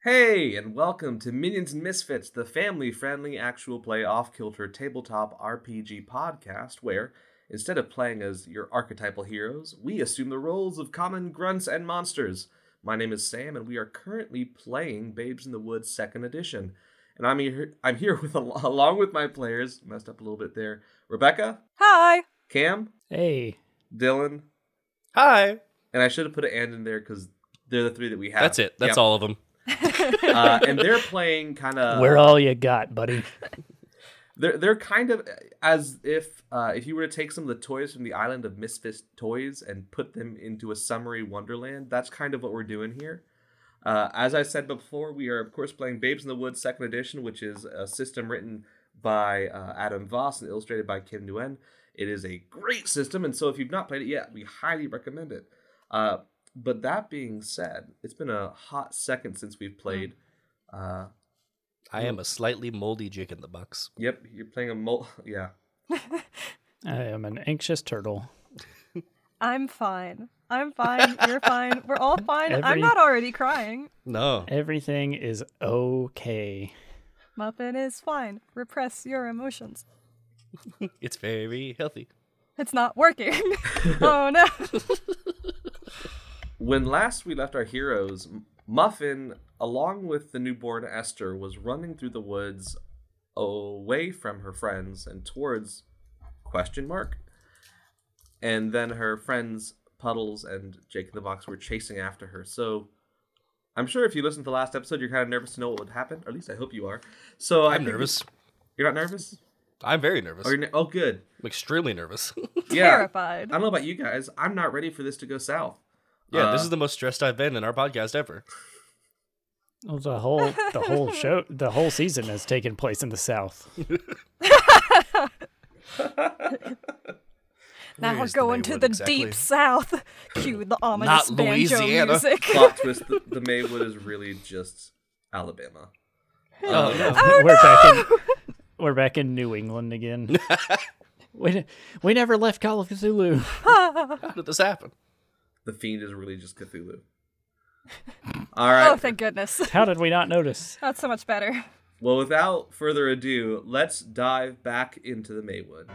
Hey, and welcome to Minions and Misfits, the family friendly actual play off kilter tabletop RPG podcast where, instead of playing as your archetypal heroes, we assume the roles of common grunts and monsters. My name is Sam, and we are currently playing Babes in the Woods Second Edition. And I'm here, I'm here with along with my players, messed up a little bit there, Rebecca, Hi. Cam, Hey. Dylan, Hi. and I should have put an and in there because they're the three that we have. That's it. That's Yep. all of them. Uh, and they're playing kind of. We're all you got, buddy. They're they're kind of as if uh, if you were to take some of the toys from the island of Misfit Toys and put them into a summery wonderland. That's kind of what we're doing here. Uh, as I said before, we are of course playing Babes in the Woods Second Edition, which is a system written by uh, Adam Voss and illustrated by Kim Nguyen. It is a great system, and so if you've not played it yet, we highly recommend it. Uh, but that being said, it's been a hot second since we've played. Uh, I am a slightly moldy jig in the box. yep, you're playing a mul- yeah. I am an anxious turtle. I'm fine. I'm fine. You're fine. We're all fine. I'm Every- not already crying. No. Everything is okay. Muffin is fine. Repress your emotions. It's very healthy. It's not working. oh no. When last we left our heroes, M- Muffin, along with the newborn Esther, was running through the woods away from her friends and towards question mark. And then her friends Puddles and Jake in the Box were chasing after her. So I'm sure if you listened to the last episode, you're kind of nervous to know what would happen. Or at least I hope you are. So I I'm think- nervous. You're not nervous? I'm very nervous. Oh, you're ne- oh good. I'm extremely nervous. Uh, Yeah. Terrified. I don't know about you guys. I'm not ready for this to go south. yeah, this Uh, is the most stressed I've been in our podcast ever. Well, The whole the whole show the whole season has taken place in the south. now Where we're is the going to Maywood the exactly? deep south. Cue the ominous Not banjo Louisiana. music. plot twist the, the Maywood is really just Alabama. Oh, no. we're back in we're back in New England again. we, we never left Call of Cthulhu. How did this happen? The Fiend is really just Cthulhu. All right. Oh, thank goodness. How did we not notice? That's so much better. well, without further ado, let's dive back into the Maywood.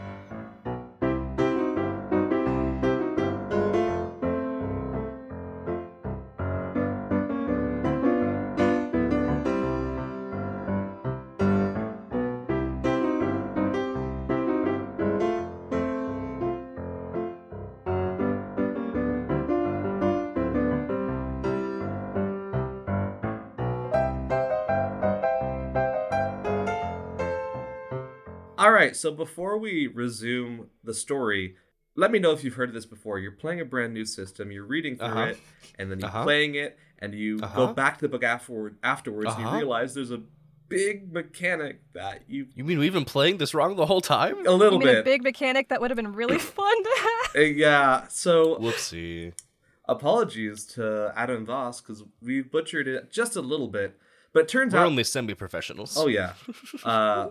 All right, so before we resume the story, let me know if you've heard of this before. You're playing a brand new system, you're reading through Uh-huh. it, and then you're Uh-huh. playing it, and you go Uh-huh. back to the book afterward, afterwards, and Uh-huh. you realize there's a big mechanic that you You mean we've been playing this wrong the whole time? a little you mean bit. a big mechanic that would have been really fun to have. Uh, yeah, so Whoopsie. apologies to Adam Voss because we butchered it just a little bit. But it turns We're out, only semi professionals. oh yeah, uh,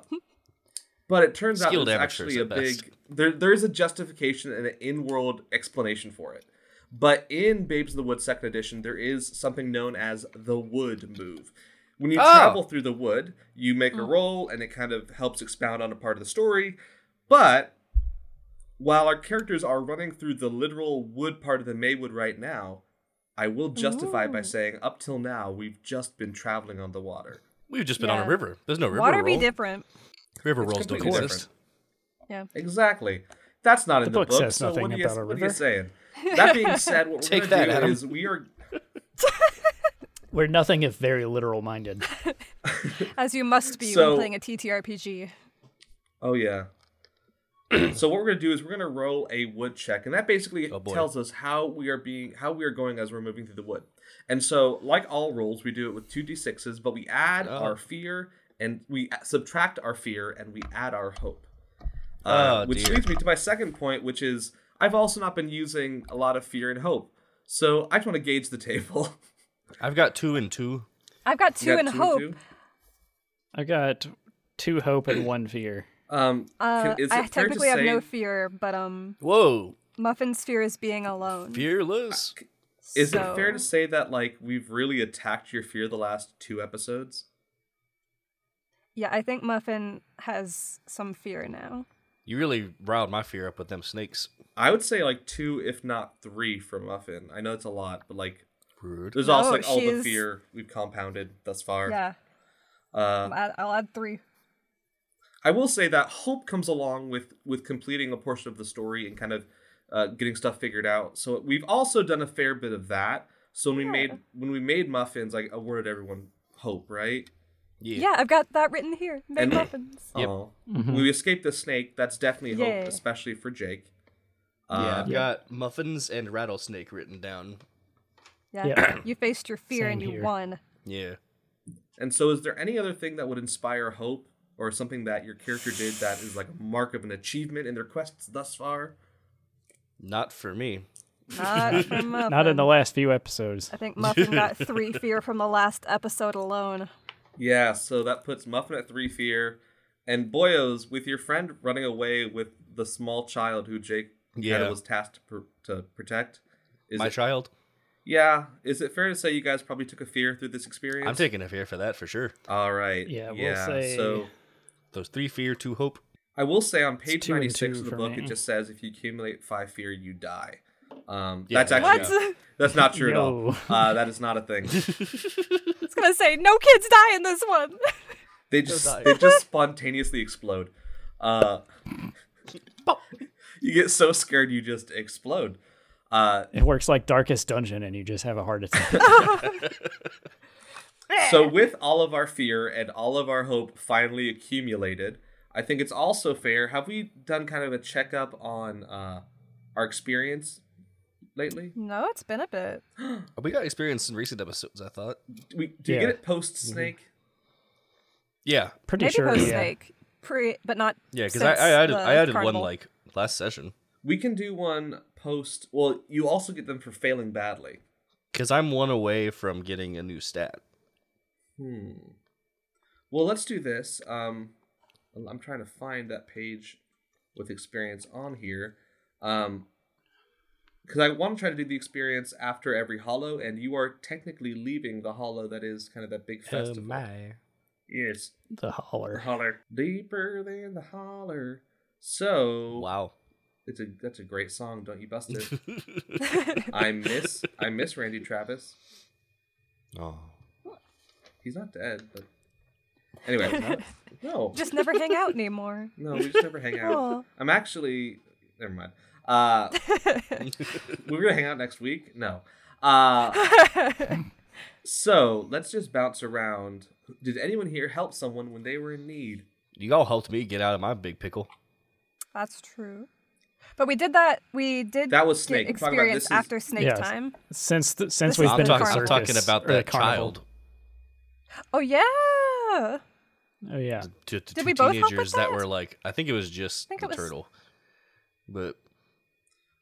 but it turns out Skilled there's amateurs actually a at best. big there. There is a justification and an in-world explanation for it. But in Babes in the Wood Second Edition, there is something known as the Wood Move. When you Oh. travel through the wood, you make a roll, and it kind of helps expound on a part of the story. But while our characters are running through the literal wood part of the Maywood right now, I will justify it by Ooh. saying up till now we've just been traveling on the water. We've just been on Yeah. a river. There's no river Water roll. be different. river It's rolls don't completely exist. Exactly. That's not in the book book. says so nothing what, are you, about a what are you river. saying? That being said, what we're Take going that, to do Adam. is we are We're nothing if very literal minded. As you must be So- when playing a TTRPG. Oh yeah. so what we're gonna do is we're gonna roll a wood check, and that basically Oh, boy. tells us how we are being how we are going as we're moving through the wood. And so, like all rolls, we do it with two d sixes, but we add Oh. our fear and we a- subtract our fear and we add our hope. Uh, Oh, which dear. leads me to my second point, which is I've also not been using a lot of fear and hope. So I just want to gauge the table. I've got two and two. I've got You two got in hope. two? I got two hope and one fear. Um, Uh, can- is I it fair to technically have say- no fear, but um, Whoa. Muffin's fear is being alone. Fearless. Is so, it fair to say that like we've really attacked your fear the last two episodes? Yeah, I think Muffin has some fear now. You really riled my fear up with them snakes. I would say like two, if not three, for Muffin. I know it's a lot, but like Rude. there's also No, like all the she's- fear we've compounded thus far. Yeah, Uh, I'll add, I'll add three. I will say that hope comes along with with completing a portion of the story and kind of uh, getting stuff figured out. So we've also done a fair bit of that. So when we Yeah. made when we made muffins, I awarded everyone hope, right? Yeah. Yeah, I've got that written here. Make And- muffins. Yep. Aw. Mm-hmm. Mhm. We Oh. escaped the snake. That's definitely Yay. hope, especially for Jake. yeah, Uh, I've got muffins and rattlesnake written down. Yeah, Yeah. you faced your fear Same and you here. won. Yeah. And so, is there any other thing that would inspire hope, or something that your character did that is like a mark of an achievement in their quests thus far? Not for me. Not from Muffin. Not in the last few episodes. I think Muffin got three fear from the last episode alone. Yeah, so that puts Muffin at three fear, and Boyos with your friend running away with the small child who Jake kinda Yeah. was tasked to, pr- to protect. Is my it, child. yeah, is it fair to say you guys probably took a fear through this experience? I'm taking a fear for that for sure. All right. Yeah, we'll yeah. say- So Those three fear, two hope. I will say on page two and 96 two of the for book, me. it just says if you accumulate five fear, you die. Um, Yeah. That's actually What? that's not true at all. No. Uh, that is not a thing. It's gonna say no kids die in this one. They just they just spontaneously explode. Uh, you get so scared you just explode. Uh, It works like Darkest Dungeon, and you just have a heart attack. so with all of our fear and all of our hope finally accumulated, I think it's also fair. Have we done kind of a checkup on uh, our experience lately? no, it's been a bit. Oh, We got experience in recent episodes, I thought. Do we do you Yeah. Mm-hmm. get it post snake? Yeah. Pretty Maybe sure. post yeah. snake, pre, but not. Yeah, because since I, I added the I added carnival. one like last session. We can do one post. Well, you also get them for failing badly. Because I'm one away from getting a new stat. Hmm. Well, let's do this. Um, I'm trying to find that page with experience on here. Um, because I want to try to do the experience after every hollow, and you are technically leaving the hollow that is kind of that big Um, festival. Yes, The holler. holler deeper than the holler. So Wow. it's a that's a great song. Don't you bust it? I miss I miss Randy Travis. oh. He's not dead, but anyway, no, Just never hang out anymore. no, we just never hang out. Aw. I'm actually never mind. Uh, we're gonna hang out next week. No. Uh, so let's just bounce around. Did anyone here help someone when they were in need? You all helped me get out of my big pickle. That's true. But we did that. We did. That was get Snake. We're talking about this Experience is- after snake Yes. time. Since th- This since is we've the I'm been at the talking, carnival. I'm talking circus, about or the that carnival. child. Oh yeah. Oh yeah. To, to Did two we both help with teenagers that? that? were like, I think it was just think the it was- turtle. But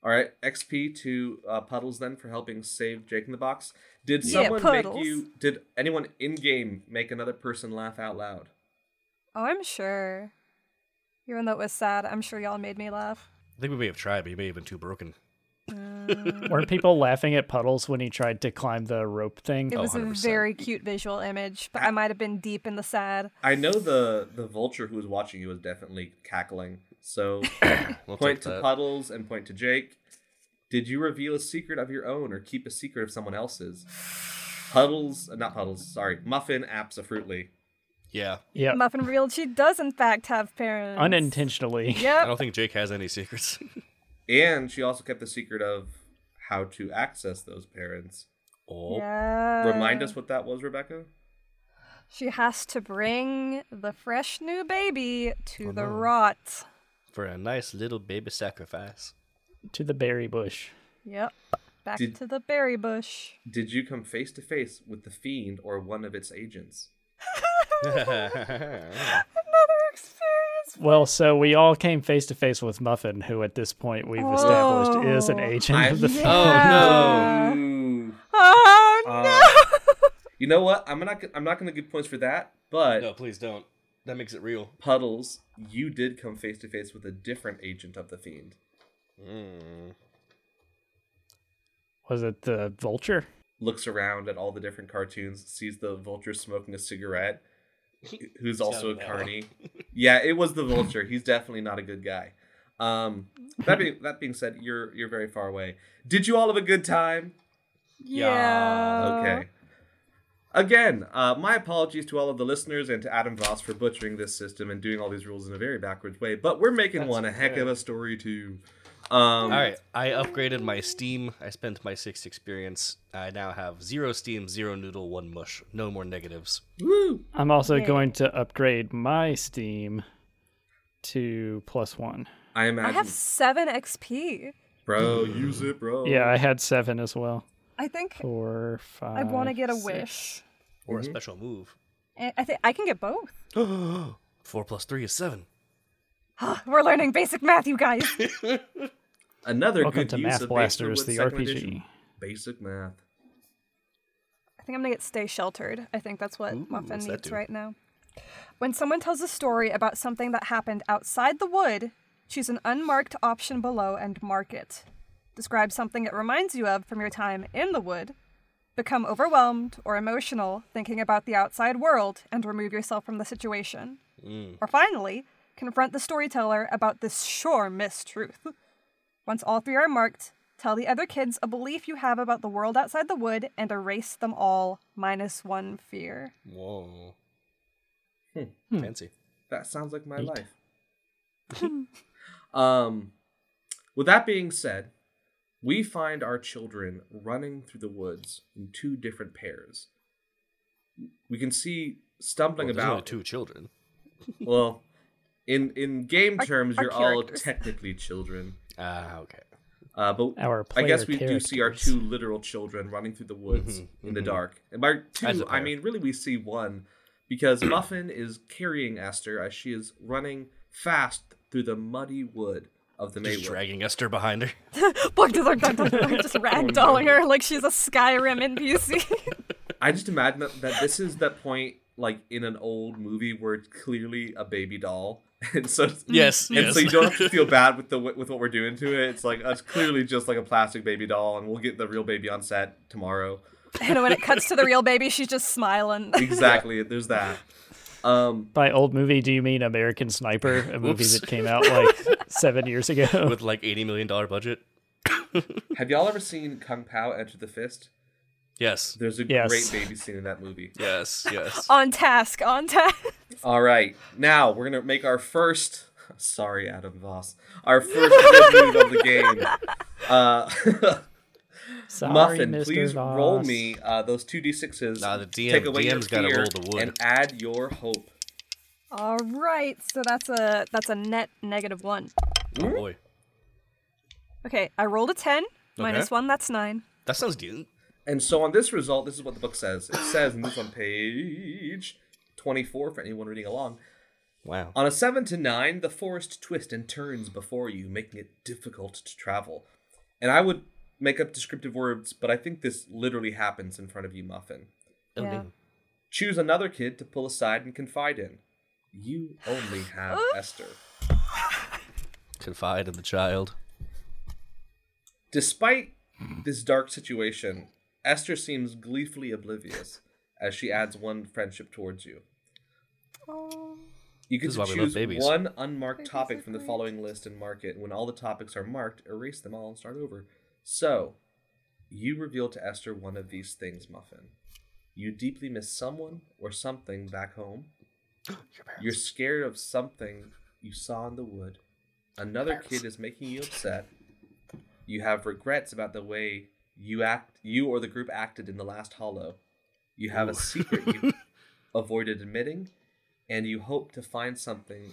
All right, XP to uh, Puddles then for helping save Jake in the box. Did Yeah, someone make Puddles. you? Did anyone in game make another person laugh out loud? Oh, I'm sure. Even though it was sad, I'm sure y'all made me laugh. I think we may have tried, but you may have been too broken. Weren't people laughing at puddles when he tried to climb the rope thing? It Oh, was a 100%. very cute visual Ah. image, but I might have been deep in the sad. I know the the vulture who was watching you was definitely cackling. So We'll point take to that. Puddles and point to Jake. Did you reveal a secret of your own or keep a secret of someone else's? Puddles, uh, not Puddles, sorry. Muffin apps a fruitly. Yeah. Yeah. Muffin reeled. She does in fact have parents. Unintentionally. I Yep. don't think Jake has any secrets. And she also kept the secret of how to access those parents. oh. Yeah. Remind us what that was, Rebecca? She has to bring the fresh new baby to the rot. For a nice little baby sacrifice. To the berry bush. Yep. Back Did- to the berry bush. Did you come face to face with the fiend or one of its agents? Another experience. Well, so we all came face to face with Muffin, who at this point we've established is an Oh. agent I- of the. Yeah. Oh, Ooh. Oh Uh, no. You know what? I'm not I'm not going to give points for that, but no, please don't. That makes it real. Puddles, you did come face to Mm. face with a different agent of the fiend. was it the vulture? looks around at all the different cartoons, sees the vulture smoking a cigarette, who's Sounds also a bad. carny. Yeah, it was the vulture. He's definitely not a good guy. Um, that being that being said, you're you're very far away. Did you all have a good time? Uh. Yeah. Okay. Again, uh, my apologies to all of the listeners and to Adam Voss for butchering this system and doing all these rules in a very backwards way, but we're making That's one a heck okay. of a story too. Um, All right, I upgraded my steam. I spent my sixth experience. I now have zero steam, zero noodle, one mush. No more negatives. Woo! I'm also Okay. going to upgrade my Steam to plus one. I imagine, I have seven XP. bro. Use it, bro. Yeah, I had seven as well. I think Four, five. I want to get a six. wish. Or Mm-hmm. a special move. And I think I can get both. Four plus three is seven. We're learning basic math, you guys. Another Welcome good to use Math of Blasters, Basewood the second RPG. edition. Basic math. I think I'm gonna get stay sheltered. I think that's what Ooh, Muffin what's that needs do? right now. When someone tells a story about something that happened outside the wood, choose an unmarked option below and mark it. Describe something it reminds you of from your time in the wood. Become overwhelmed or emotional thinking about the outside world and remove yourself from the situation. Mm. Or finally, confront the storyteller about this sure mistruth. Once all three are marked, tell the other kids a belief you have about the world outside the wood and erase them all, minus one fear. Whoa. Hmm. Fancy. That sounds like my Neat. life. um, with that being said, we find our children running through the woods in two different pairs. We can see stumbling Well, there's only about. two children. Well, in in game Our- terms, our you're all characters. technically children. Ah, okay. Uh, but Our I guess we player do see our characters. two literal children running through the woods Mhm, in the mhm. dark. And by As a two, I pair. mean really we see one because Muffin is carrying Esther as she is running fast through the muddy wood of the Just Maywood. dragging Esther behind her. Boing, dun, dun, dun, dun, dun, Just ragdolling her like she's a Skyrim NPC. I just imagine that, that this is that point like in an old movie where it's clearly a baby doll. And so Yes, And so you don't have to feel bad with the with what we're doing to it. It's like it's clearly just like a plastic baby doll, and we'll get the real baby on set tomorrow. and when it cuts to the real baby, she's just smiling. Exactly, there's that. Um, By old movie, do you mean American Sniper, a movie Whoops. that came out like seven years ago? With like $80 million budget. Have y'all ever seen Kung Pao Enter the Fist? Yes. There's a Yes. great baby scene in that movie. Yes, yes. Oh, on task, on task. All right, now we're gonna make our first. Sorry, Adam Voss. Our first good move of the game. Uh, Sorry, Muffin, Mr. please roll Voss. me uh, those two d6s. Nah, the DM take away your DM's gotta fear roll the wood. and add your hope. All right, so that's a that's a net negative one. oh boy. Okay, I rolled a ten minus Okay. one. That's nine. That sounds decent. And so on this result, this is what the book says. It says, and this is on page twenty-four for anyone reading along. Wow. On a 7 to 9, the forest twists and turns before you, making it difficult to travel. And I would make up descriptive words, but I think this literally happens in front of you, Muffin. Oh, Yeah. dang. Choose another kid to pull aside and confide in. You only have Esther. Confide in the child. Despite Mm-hmm. this dark situation, Esther seems gleefully oblivious as she adds one friendship towards you. Oh, You get This is to why we love choose babies. one unmarked Babies topic are from the great. following list and mark it. When all the topics are marked, erase them all and start over. So, you reveal to Esther one of these things, Muffin. You deeply miss someone or something back home. You're scared of something you saw in the wood. Another kid is making you upset. You have regrets about the way you act, you or the group acted in the last hollow. You have a secret you avoided admitting, and you hope to find something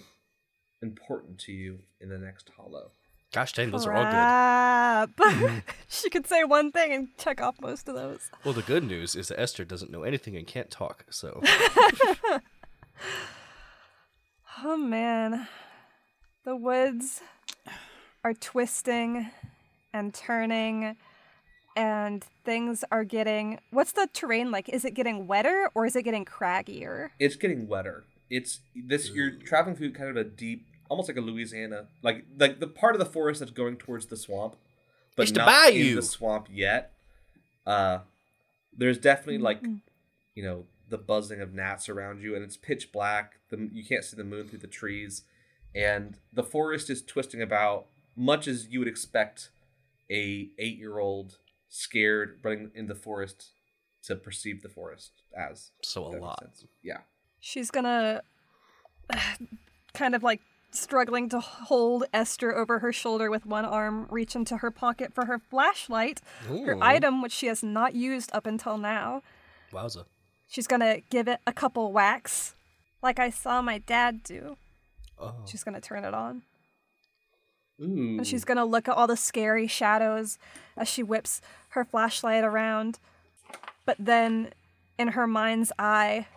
important to you in the next hollow. Gosh dang, those are all Mm-hmm. crap. she could say one thing and check off most of those. good. Well, the good news is that Esther doesn't know anything and can't talk, so. Oh man. The woods are twisting and turning and things are getting What's the terrain like? Is it getting wetter or is it getting craggier? It's getting wetter. It's this. You're traveling through kind of a deep, almost like a Louisiana, like like the part of the forest that's going towards the swamp, but It's the not in bayou. the swamp yet. Uh, there's definitely like, you know, the buzzing of gnats around you, and it's pitch black. The, you can't see the moon through the trees, and the forest is twisting about much as you would expect a eight year old scared running in the forest to perceive the forest as. So If a that makes lot. sense. Yeah. She's gonna kind of like struggling to hold Esther over her shoulder with one arm, reach into her pocket for her flashlight, her Ooh. item which she has not used up until now. Wowza. She's gonna give it a couple whacks, like I saw my dad do. Oh. She's gonna turn it on. Ooh. And she's gonna look at all the scary shadows as she whips her flashlight around. But then, in her mind's eye,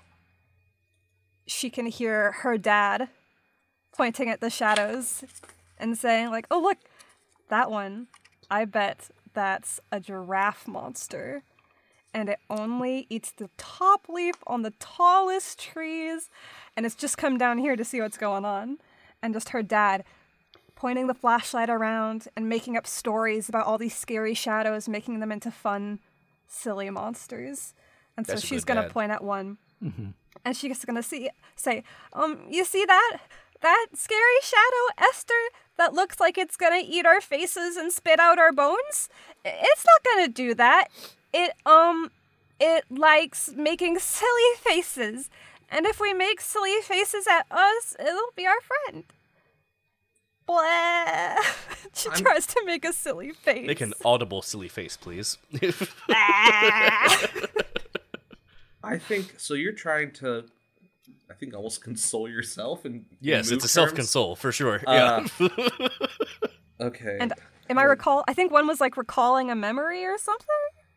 she can hear her dad pointing at the shadows and saying, like, oh, look, that one. I bet that's a giraffe monster. And it only eats the top leaf on the tallest trees. And it's just come down here to see what's going on. And just her dad pointing the flashlight around and making up stories about all these scary shadows, making them into fun, silly monsters. And so That's a she's good gonna dad. point at one, and she's gonna see say, "Um, you see that that scary shadow, Esther, that looks like it's gonna eat our faces and spit out our bones? I- It's not gonna do that. It um, it likes making silly faces." And if we make silly faces at us, it'll be our friend. Blah. she I'm- tries to make a silly face. Make an audible silly face, please. Ah. I think so. You're trying to, I think, almost console yourself and yes, it's a self console for sure. yeah. Oh, Okay. and am I recall? I think one was like recalling a memory or something.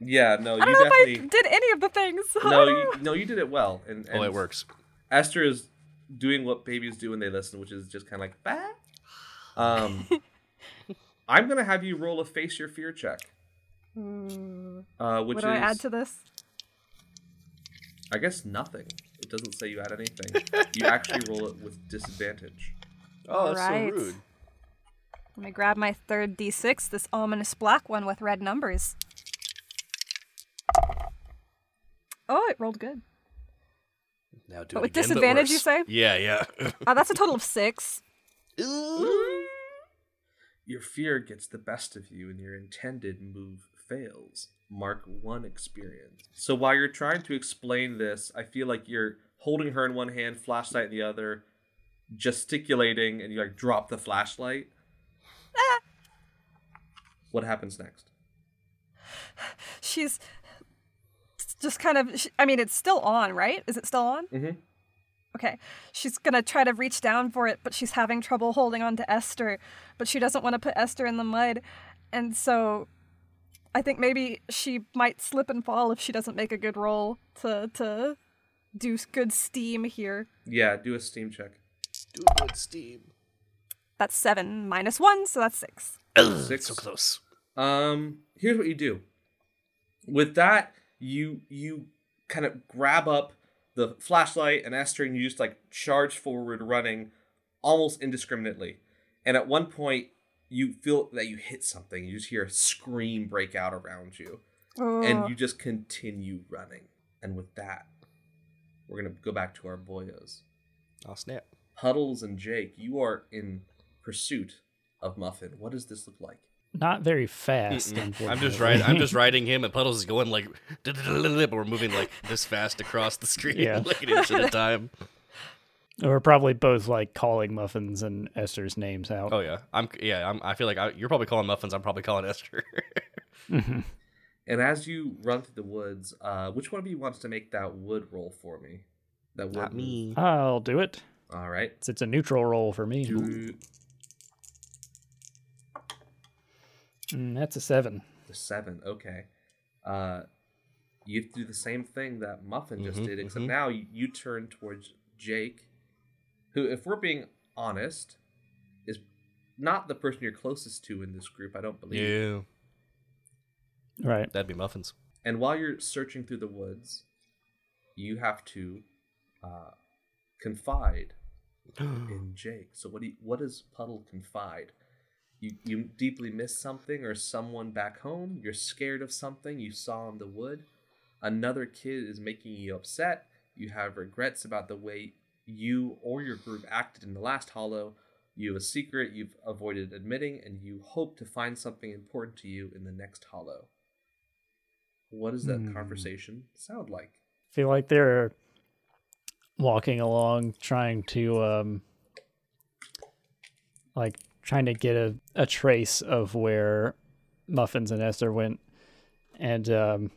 yeah, no, you I don't know if I definitely did any of the things. no, you, no, you did it well, and, and Oh, it works. Esther is doing what babies do when they listen, which is just kind of like, bah. um, I'm gonna have you roll a face your fear check, uh, which Hmm. what is do I add to this? I guess nothing. It doesn't say you add anything. you actually roll it with disadvantage. Oh, that's Right. so rude. Let me grab my third d6, this ominous black one with red numbers. Oh, it rolled good. Now do But it with again, disadvantage, you worse. say? Yeah, Uh, that's a total of six. yeah. Ooh. Your fear gets the best of you and your intended move fails. Mark one experience. So while you're trying to explain this, I feel like you're holding her in one hand, flashlight in the other, gesticulating, and you like drop the flashlight. What happens next? She's just kind of. sh I mean, it's still on, right? Is it still on? Mm-hmm. Okay. She's going to try to reach down for it, but she's having trouble holding on to Esther. But she doesn't want to put Esther in the mud. And so I think maybe she might slip and fall if she doesn't make a good roll to to do s- good steam here. Yeah, do a steam check. Do it, Steam. That's 7 minus 1, so that's 6. Six. So close. Um, here's what you do. With that, you you kind of grab up the flashlight and Esther, and you just like charge forward, running almost indiscriminately. And at one point, you feel that you hit something. You just hear a scream break out around you, Oh, and you just continue running. And with that, we're gonna go back to our boyos. I'll snap. Puddles and Jake, you are in pursuit of Muffin. What does this look like? Not very fast. I'm just unfortunately. riding. I'm just riding him, and Puddles is going like, but we're moving like this fast across the screen, Yeah. like an inch at a time. We're probably both like calling muffins and Esther's names out. Oh yeah, I'm yeah. I'm, I feel like I, you're probably calling muffins. I'm probably calling Esther. Oh. Mhm. And as you run through the woods, uh, which one of you wants to make that wood roll for me? That wood. move. I'll do it. All right. It's, it's a neutral roll for me. Do Mm, that's a seven. the seven. Okay. Uh, you do the same thing that Muffin just Mhm, did, except mhm. now you, you turn towards Jake, who, if we're being honest, is not the person you're closest to in this group. I don't believe. Yeah, Right. that'd be muffins. And while you're searching through the woods, you have to uh, confide in Jake. So what do you, what does Puddle confide? you, you deeply miss something or someone back home. You're scared of something you saw in the wood. Another kid is making you upset. You have regrets about the way you or your group acted in the last hollow. You have a secret you've avoided admitting, and you hope to find something important to you in the next hollow. What does that Hmm. conversation sound like? feel like they're walking along trying to um like trying to get a, a trace of where muffins and esther went and um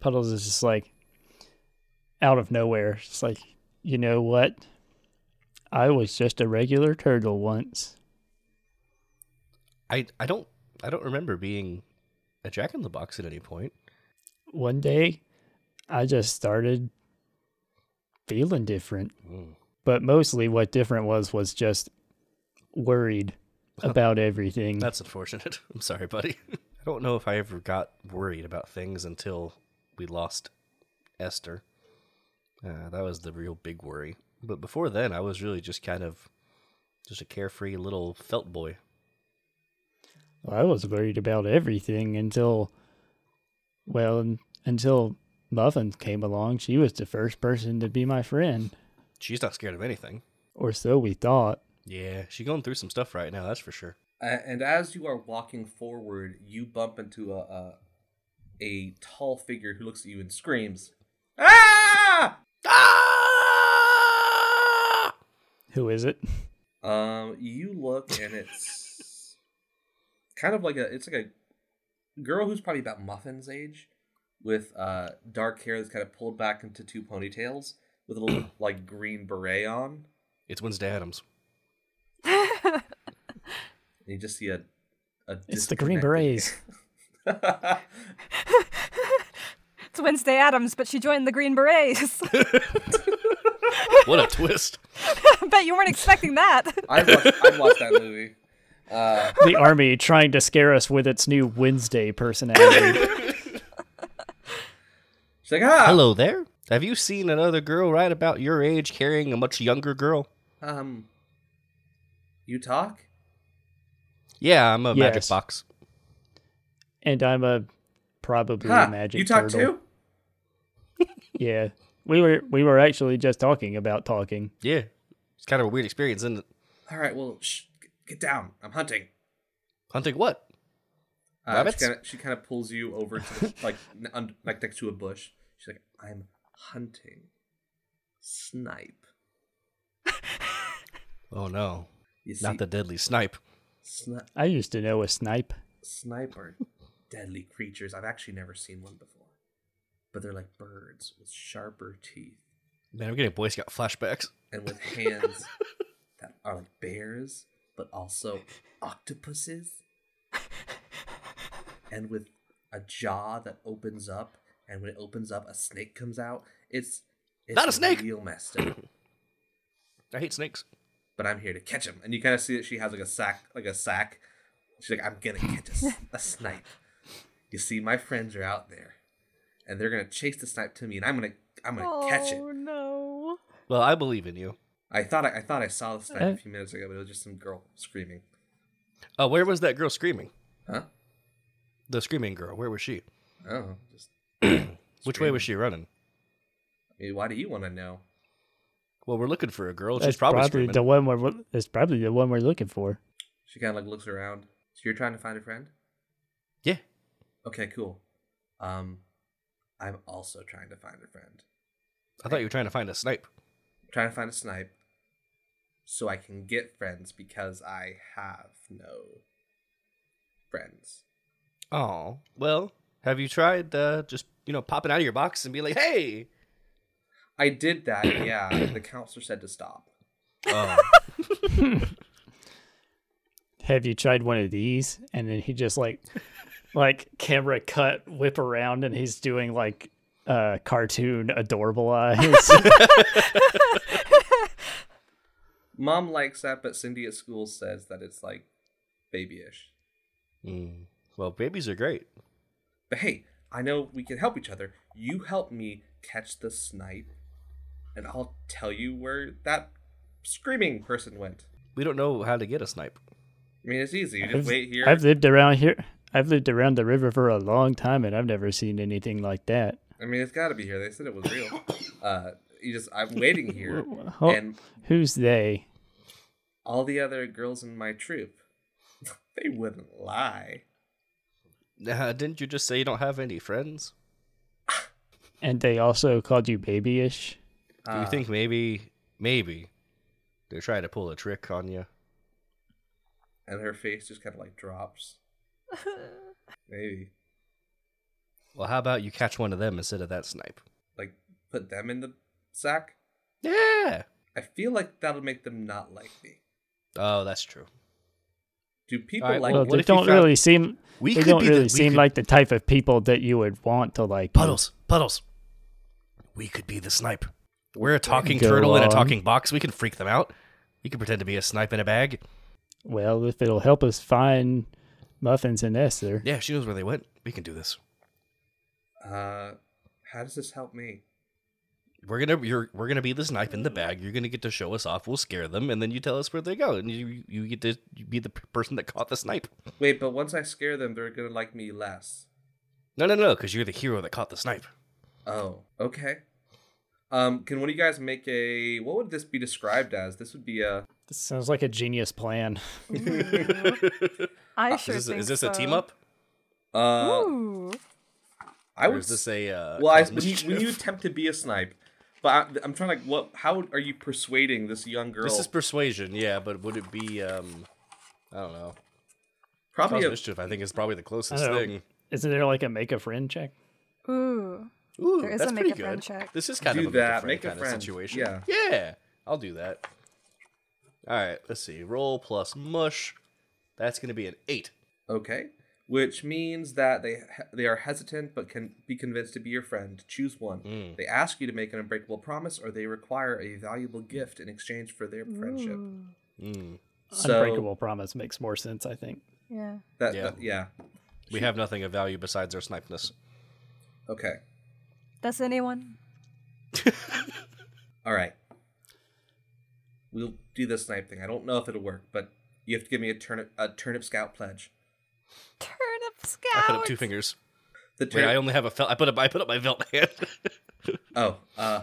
puddles is just like out of nowhere just like you know what i was just a regular turtle once I I don't I don't remember being a jack in the box at any point. one day i just started feeling different but mostly what different was was just worried about everything. That's unfortunate. I'm sorry, buddy. Mm-hmm. I don't know if I ever got worried about things until we lost Esther. Uh, that was the real big worry. But before then, I was really just kind of just a carefree little felt boy. I was worried about everything until, well, un- until Muffins came along. She was the first person to be my friend, She's not scared of anything. or so we thought. Yeah, she's going through some stuff right now. That's for sure. A- and as you are walking forward, you bump into a a, a tall figure who looks at you and screams, "Ah!" Ah! Who is it? Um, you look and it's kind of like a it's like a girl who's probably about Muffin's age, with uh dark hair that's kind of pulled back into two ponytails, with a little like green beret on. It's Wednesday Adams. And you just see a a It's the Green disconnected- It's Wednesday Adams, but she joined the Green Berets. What a twist. I bet you weren't expecting that. I've watched, I've watched that movie. Uh, The army trying to scare us with its new Wednesday personality. she's like, ah, Hello there. Have you seen another girl right about your age carrying a much younger girl? Um, you talk? Yeah, I'm a magic Yes. box. and I'm a probably Huh, magic. you talk turtle. too? Yeah, we were we were actually just talking about talking. Yeah. It's kind of a weird experience, isn't it? All right, well, shh, g- get down. I'm hunting. Hunting what? Uh, she Rabbits? kind of she kind of pulls you over to the, like n- un, like next to a bush. She's like, I'm hunting snipe. Oh no. You see, Not the deadly snipe. sni- I used to know a snipe. snipe are deadly creatures. I've actually never seen one before, but they're like birds with sharper teeth Man, I'm getting Boy Scout flashbacks. and with hands that are like bears, but also octopuses, and with a jaw that opens up, and when it opens up, a snake comes out. It's, it's Not a snake! Real messed up. I hate snakes. But I'm here to catch him, and you kind of see that she has like a sack, like a sack. She's like, I'm gonna catch a, s- a snipe. You see, my friends are out there, and they're gonna chase the snipe to me, and I'm gonna, I'm gonna catch it. Oh no. Well, I believe in you. I thought, I, I thought I saw the Eh. snipe Uh. a few minutes ago, but it was just some girl screaming. Oh, where was that girl screaming? Huh? The screaming girl. Where was she? Oh, just Which way was she running? I mean, why do you want to know? Well, we're looking for a girl. That's She's probably, screaming. the one we're that's probably the one we're looking for. She kind of like looks around. So you're trying to find a friend? Yeah. Okay, cool. Um, I'm also trying to find a friend. I thought you were trying to find a snipe. trying to find a snipe, so I can get friends because I have no friends. Oh. Well, have you tried uh, just, you know, popping out of your box and be like, hey? I did that. Yeah, the counselor said to stop. Oh. Have you tried one of these? And then he just like, like camera cut, whip around, and he's doing like uh cartoon adorable eyes. Mom likes that, but Cindy at school says that it's like babyish. Mm. Well, babies are great. But hey, I know we can help each other. You help me catch the snipe, and I'll tell you where that screaming person went. We don't know how to get a snipe. I mean, it's easy. You just I've, wait here. I've lived around here. I've lived around the river for a long time, and I've never seen anything like that. I mean, it's got to be here. They said it was real. Uh, you just I'm waiting here, Ho- and Who's they? all the other girls in my troop, they wouldn't lie. Nah, Uh, didn't you just say you don't have any friends? And they also called you babyish. Do you Uh, think maybe, maybe they're trying to pull a trick on you? And her face just kind of like drops. Maybe Well, how about you catch one of them instead of that snipe? like put them in the sack. Yeah. I feel like that'll make them not like me. Oh, that's true. Do people Alright, like? well, what they if you don't found- really seem. We they could don't be the- really we seem could- like the type of people that you would want to like. Puddles, puddles. We could be the snipe. We're a talking Go turtle in a on. talking box. We can freak them out. We can pretend to be a snipe in a bag. Well, if it'll help us find muffins and Esther, Yeah, she knows where they went. We can do this. Uh, how does this help me? We're gonna you're we're gonna be the snipe in the bag. You're gonna get to show us off. We'll scare them, and then you tell us where they go, and you you get to be the p- person that caught the snipe. Wait, but once I scare them, they're gonna like me less. No, no, no, because you're the hero that caught the snipe. Oh, okay. Um, can one of you guys make a? What would this be described as? This would be a. this sounds like a genius plan. I Ah, sure is this, think is this so. a team up? Uh, Ooh. I or would. is this say. a uh, Well, I, cause when, you, when you mischief? attempt to be a snipe, but I, I'm trying to. What? How are you persuading this young girl? this is persuasion, yeah, but would it be um I don't know probably cause a, mischief? I think is probably the I closest don't know. thing. Isn't there like a make a friend check? Ooh. Ooh, There is that's a make pretty a friend good. check. This is kind Do of a that, make make a a friend kind friend, of situation. yeah. yeah, I'll do that. All right, let's see. Roll plus mush. That's going to be an eight. okay, which means that they they are hesitant but can be convinced to be your friend. Choose one. Hmm. They ask you to make an unbreakable promise, or they require a valuable gift in exchange for their friendship. Mm. So Unbreakable promise makes more sense, I think. Yeah. That, Yeah. yeah. That, yeah. We have nothing of value besides our snipeness. Okay. Does anyone? All right. We'll do the snipe thing. I don't know if it'll work, but you have to give me a turnip a turnip scout pledge. Turnip I scout. put up two fingers. The Wait, I turnip. only have a felt. I put up. I put up my felt hand. oh, uh,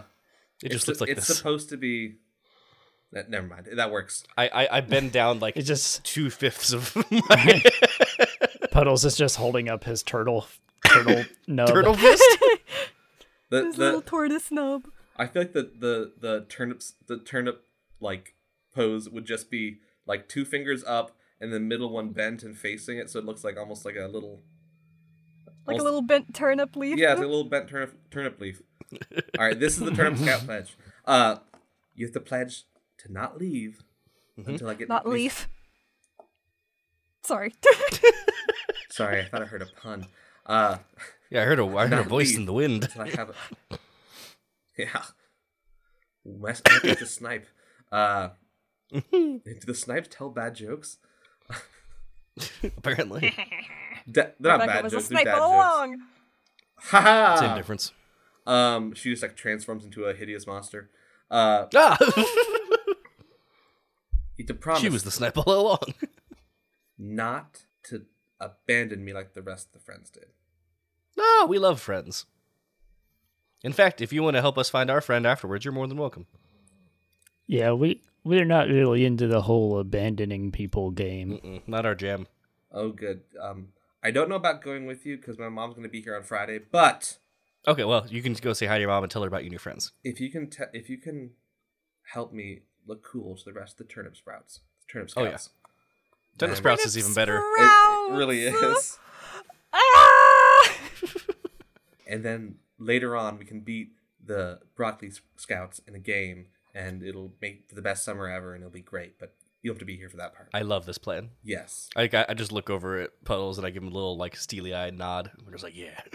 it just it's, looks like it's this. supposed to be. Ne- never mind. That works. I, I I bend down like It just two fifths of my puddles is just holding up his turtle turtle nub. turtle fist. The, His the little tortoise nub. I feel like the the the turnips the turnip like pose would just be like two fingers up and the middle one bent and facing it, so it looks like almost like a little Like a almost- little bent turnip leaf. Yeah, it's like a little bent turnip turnip leaf. All right, this is the turnip scout pledge. Uh, you have to pledge to not leave until I get Not these- leaf. Sorry. Sorry, I thought I heard a pun. Uh, Yeah, I heard a I heard a Not voice leaf. in the wind. but I have. A... Yeah, mess up with the snipe. Uh, do the snipes tell bad jokes? Apparently, Da- they're not Rebecca bad was a jokes. They're snipe dad all jokes. along. Ha it's ha! indifference. Um, she just like transforms into a hideous monster. Uh, Ah, you have to promise she was the snipe all along. not to abandon me like the rest of the friends did. No, Ah, we love friends. In fact, if you want to help us find our friend afterwards, you're more than welcome. Yeah, we we're not really into the whole abandoning people game. Mm-mm, Mm, not our jam. Oh, good. Um, I don't know about going with you because my mom's going to be here on Friday. But Okay, well, you can go say hi to your mom and tell her about your new friends. if you can, te- if you can help me look cool to the rest of the turnip sprouts, turnip Oh, yeah. scouts. Turnip Man. sprouts is even better. It- Sprouts. it really is. Ah! And then later on, we can beat the broccoli s- scouts in a game, and it'll make for the best summer ever, and it'll be great. But you'll have to be here for that part. I love this plan. yes. I, I I just look over at Puddles and I give him a little like steely eyed nod. We're just like, yeah.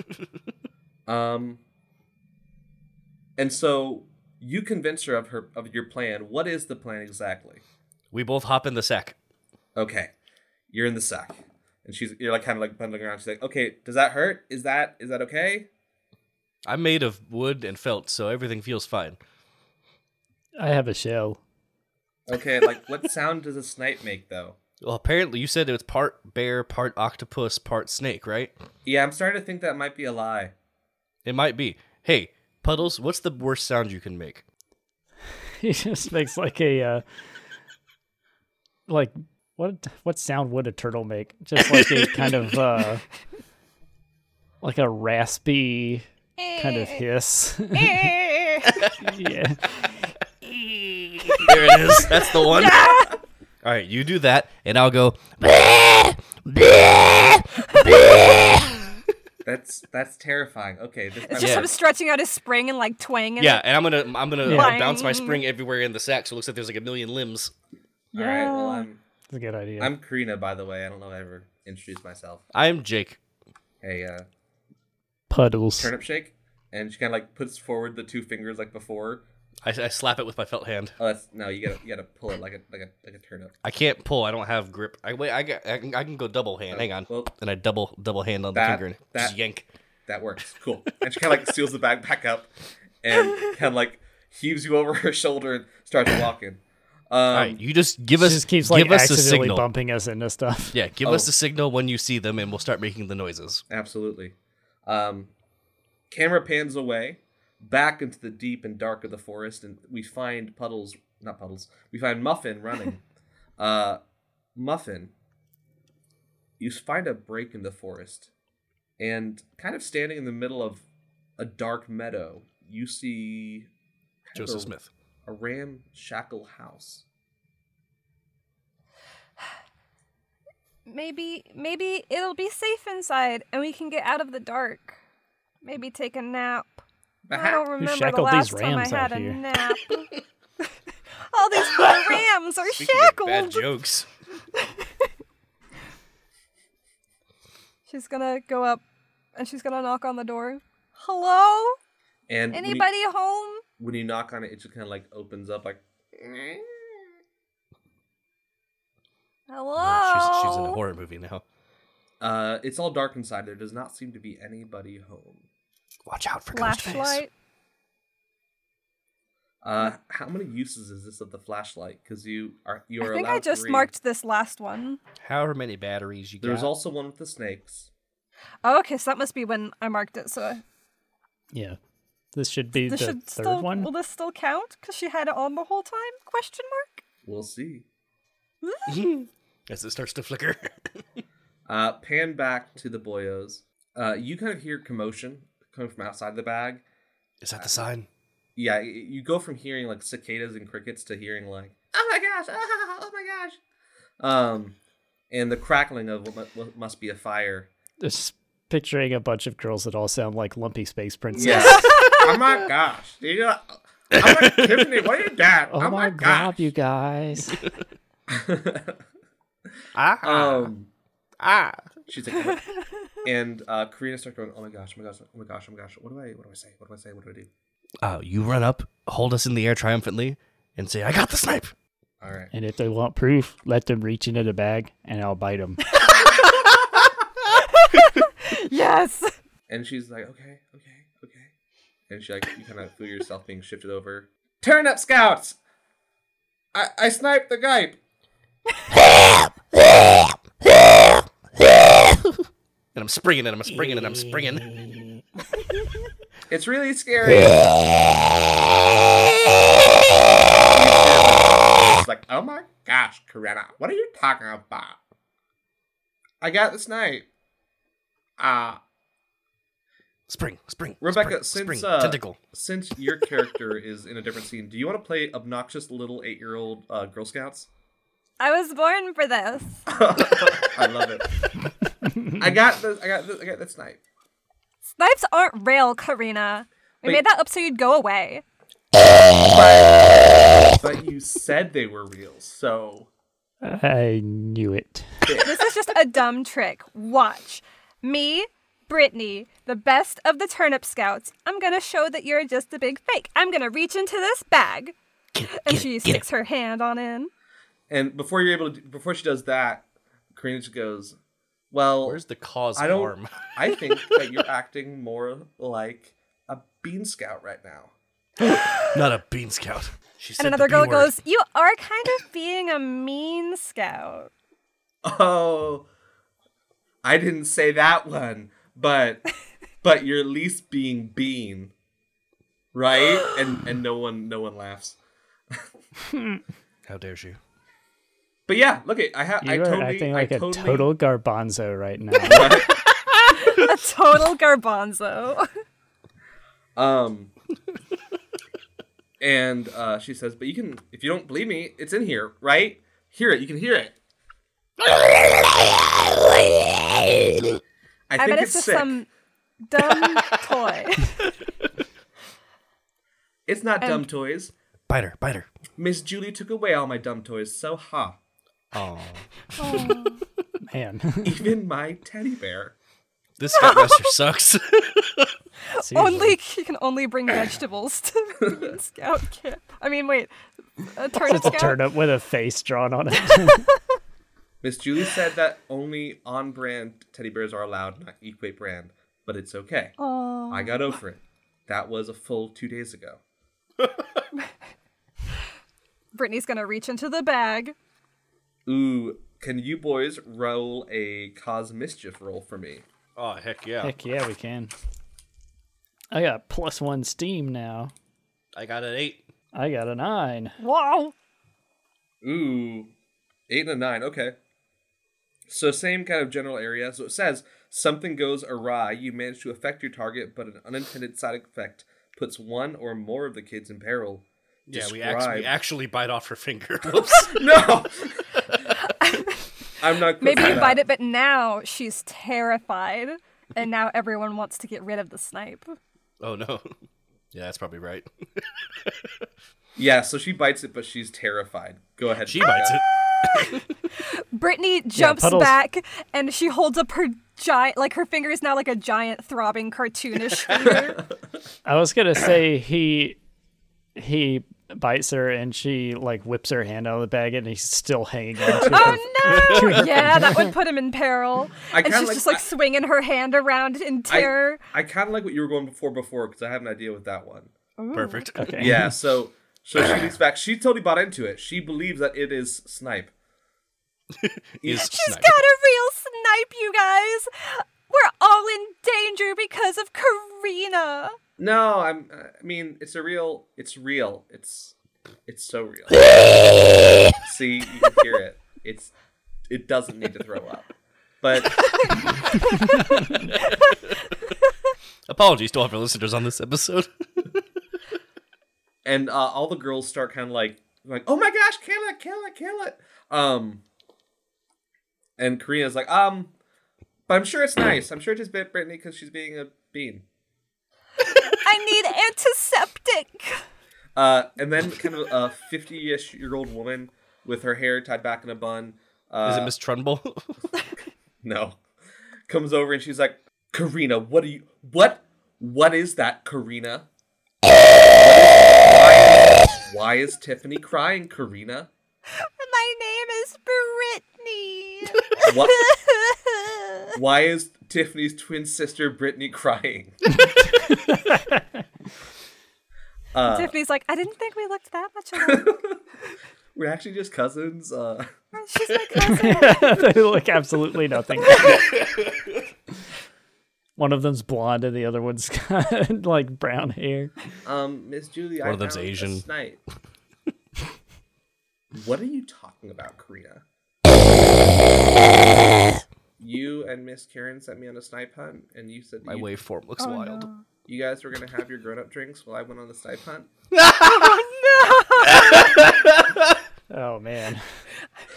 Um. And so you convince her of her of your plan. What is the plan exactly? we both hop in the sack. okay, you're in the sack. And she's you're like kind of like bundling around. She's like, okay, does that hurt? Is that is that okay? I'm made of wood and felt, so everything feels fine. I have a shell. Okay, like what sound does a snipe make though? Well, apparently you said it was part bear, part octopus, part snake, right? Yeah, I'm starting to think that might be a lie. It might be. Hey, Puddles, what's the worst sound you can make? He just makes like a uh, like what what sound would a turtle make? Just like a kind of uh, like a raspy kind Eh. of hiss. yeah. There it is. That's the one. All right, you do that, and I'll go. That's that's terrifying. Okay, this might It's be- just Yeah. him stretching out his spring and like twanging. Yeah, it. and I'm gonna I'm gonna uh, Yeah. bounce my spring everywhere in the sack, so it looks like there's like a million limbs. All right, well, I'm That's a good idea. I'm Karina, by the way. I don't know if I ever introduced myself. I'm Jake. Hey, uh, Puddles. turnip shake, and she kind of like puts forward the two fingers like before. I, I slap it with my felt hand. Oh, that's no. You gotta you gotta pull it like a like a like a turnip. I can't pull. I don't have grip. I wait. I got. I can, I can go double hand. Hang on. Well- and I double double hand on the That- finger and just that- yank. That works. Cool. And she kind of like seals the bag back up, and kind of like heaves you over her shoulder and starts walking. Um, All right, you just give She us just keeps like give us a accidentally signal. bumping us into stuff. Yeah, give us Oh. a signal when you see them, and we'll start making the noises. Absolutely. Um, camera pans away, back into the deep and dark of the forest, and we find puddles, not puddles, we find Muffin running. uh, Muffin, you find a break in the forest, and kind of standing in the middle of a dark meadow, you see kind of Joseph a- Smith. a ramshackle house. Maybe maybe it'll be safe inside and we can get out of the dark. Maybe take a nap. I don't remember the shackled these last time I rams had a out here? nap. All these poor rams are bad shackled. jokes. She's gonna go up and she's gonna knock on the door. Hello? and when you- Anybody home? when you knock on it, it just kind of like opens up, like Hello? Oh, she's, she's in a horror movie now. Uh, it's all dark inside. There does not seem to be anybody home. Watch out for Ghostface. Flashlight. Uh, how many uses is this of the flashlight? Because you are you are I think allowed I just three. marked this last one. However many batteries you got. There's also one with the snakes. Oh, okay, so that must be when I marked it. So Yeah. This should be this the should third still one. will this still count? Because she had it on the whole time? Question mark. We'll see. as it starts to flicker. Uh, pan back to the boyos. Uh, you kind of hear commotion coming from outside the bag. Is that the sign? Yeah, y- you go from hearing like cicadas and crickets to hearing like, oh my gosh, ah, oh my gosh, um, and the crackling of what, mu- what must be a fire. Just picturing a bunch of girls that all sound like lumpy space princesses. oh my gosh. You know, I'm like, Tiffany, what are you doing? Oh, my god, you guys. Ah, Um, ah. she's like, and uh, Karina starts going, oh my gosh, oh my gosh, oh my gosh, oh my gosh. What do I, what do I say? What do I say? What do I do? ah. Oh, you run up, hold us in the air triumphantly, and say, "I got the snipe." All right. And if they want proof, let them reach into the bag and I'll bite them. Yes. And she's like, okay, okay, okay. And she like, you kind of feel yourself being shifted over. Turn up scouts. I, I sniped the guy. And I'm springing, and I'm springing, and I'm springing. It's really scary. It's like, oh my gosh, Karina, what are you talking about? I got this night. Uh, Spring, spring. Rebecca, spring, since spring. uh, tentacle. since your character is in a different scene, do you want to play obnoxious little eight-year-old uh, Girl Scouts? I was born for this. I love it. I got this. I got this. I got this night. Snipes aren't real, Karina. We Wait. made that up so you'd go away. But you said they were real, so I knew it. This is just a dumb trick. Watch. Me, Brittany, the best of the turnip scouts, I'm gonna show that you're just a big fake. I'm gonna reach into this bag. And she sticks her hand on in. And before you're able to, do, before she does that, Karina just goes, "Well, Where's the cause I don't. harm? I think that you're acting more like a bean scout right now." Not a bean scout. She said And the another B girl word. goes, You are kind of being a mean scout. oh, I didn't say that one, but but you're at least being bean, right? And and no one no one laughs. How dare you? But yeah, look it. I have. You I are totally. acting like I a totally, total garbanzo right now. A total garbanzo. Um, and uh, she says, "But you can, if you don't believe me, it's in here, right? Hear it. You can hear it." I I think bet it's, it's just sick. some dumb toy. It's not dumb and- toys. Biter, biter. Miss Julie took away all my dumb toys, so ha. Oh, Man, Even my teddy bear. this headmaster sucks. seriously. only you can only bring vegetables to Bean Scout camp. I mean, wait, a turnip it's a scout. turnip with a face drawn on it. Miss Julie said that only on brand teddy bears are allowed, not equate brand, but it's okay. Aw. I got over it. That was a full two days ago. Brittany's gonna reach into the bag. Ooh, can you boys roll a cause mischief roll for me? oh heck yeah! Heck yeah, we can. I got plus one steam now. I got an eight. I got a nine. Wow. Ooh, eight and a nine. Okay. So same kind of general area. So it says something goes awry. You manage to affect your target, but an unintended side effect puts one or more of the kids in peril. Yeah, we, Describe- act- we actually bite off her finger. Whoops. No. I'm not. Maybe you bite it, but now she's terrified, and now everyone wants to get rid of the snipe. oh no. Yeah, that's probably right. Yeah. So she bites it, but she's terrified. Go ahead. She Becca. bites it. Brittany jumps Puddles- back, and she holds up her giant, like her finger is now like a giant throbbing cartoonish finger. I was gonna say he he bites her and she like whips her hand out of the bag and he's still hanging on to her. oh no! Yeah, that would put him in peril. I and kinda she's like- just like I- swinging her hand around in I- terror. I, kind of like what you were going before before because I have an idea with that one. Perfect. Okay. Yeah. So so she leaps back. She totally bought into it. She believes that it is snipe. Is She's got snipe. a real snipe, you guys. We're all in danger because of Karina. No, I'm. I mean, it's a real. It's real. It's. It's so real. See, you can hear it. It's. It doesn't need to throw up. But Apologies to all of our listeners on this episode. and uh, all the girls start kind of like like, oh my gosh, kill it, kill it, kill it. Um. And Karina's like, um, but I'm sure it's nice. I'm sure it just bit Brittany because she's being a bean. I need antiseptic. Uh, and then kind of a 50-ish year old woman with her hair tied back in a bun. Uh, Is it Miss Trumbull? No. Comes over and she's like, Karina, what do you what what is that, Karina? Why is, why is Tiffany crying, Karina? My name is Brittany. What why is Tiffany's twin sister Brittany crying? Uh, Tiffany's like, I didn't think we looked that much alike. We're actually just cousins. Uh She's my cousin. they look absolutely nothing. One of them's blonde and the other one's got like brown hair. um Miss Julie, I One of them's found a Asian. snipe. what are you talking about, Karina? You and Miss Karen sent me on a snipe hunt, and you said My you waveform Oh, looks wild. you guys were gonna have your grown up drinks while I went on the snipe hunt. Oh man.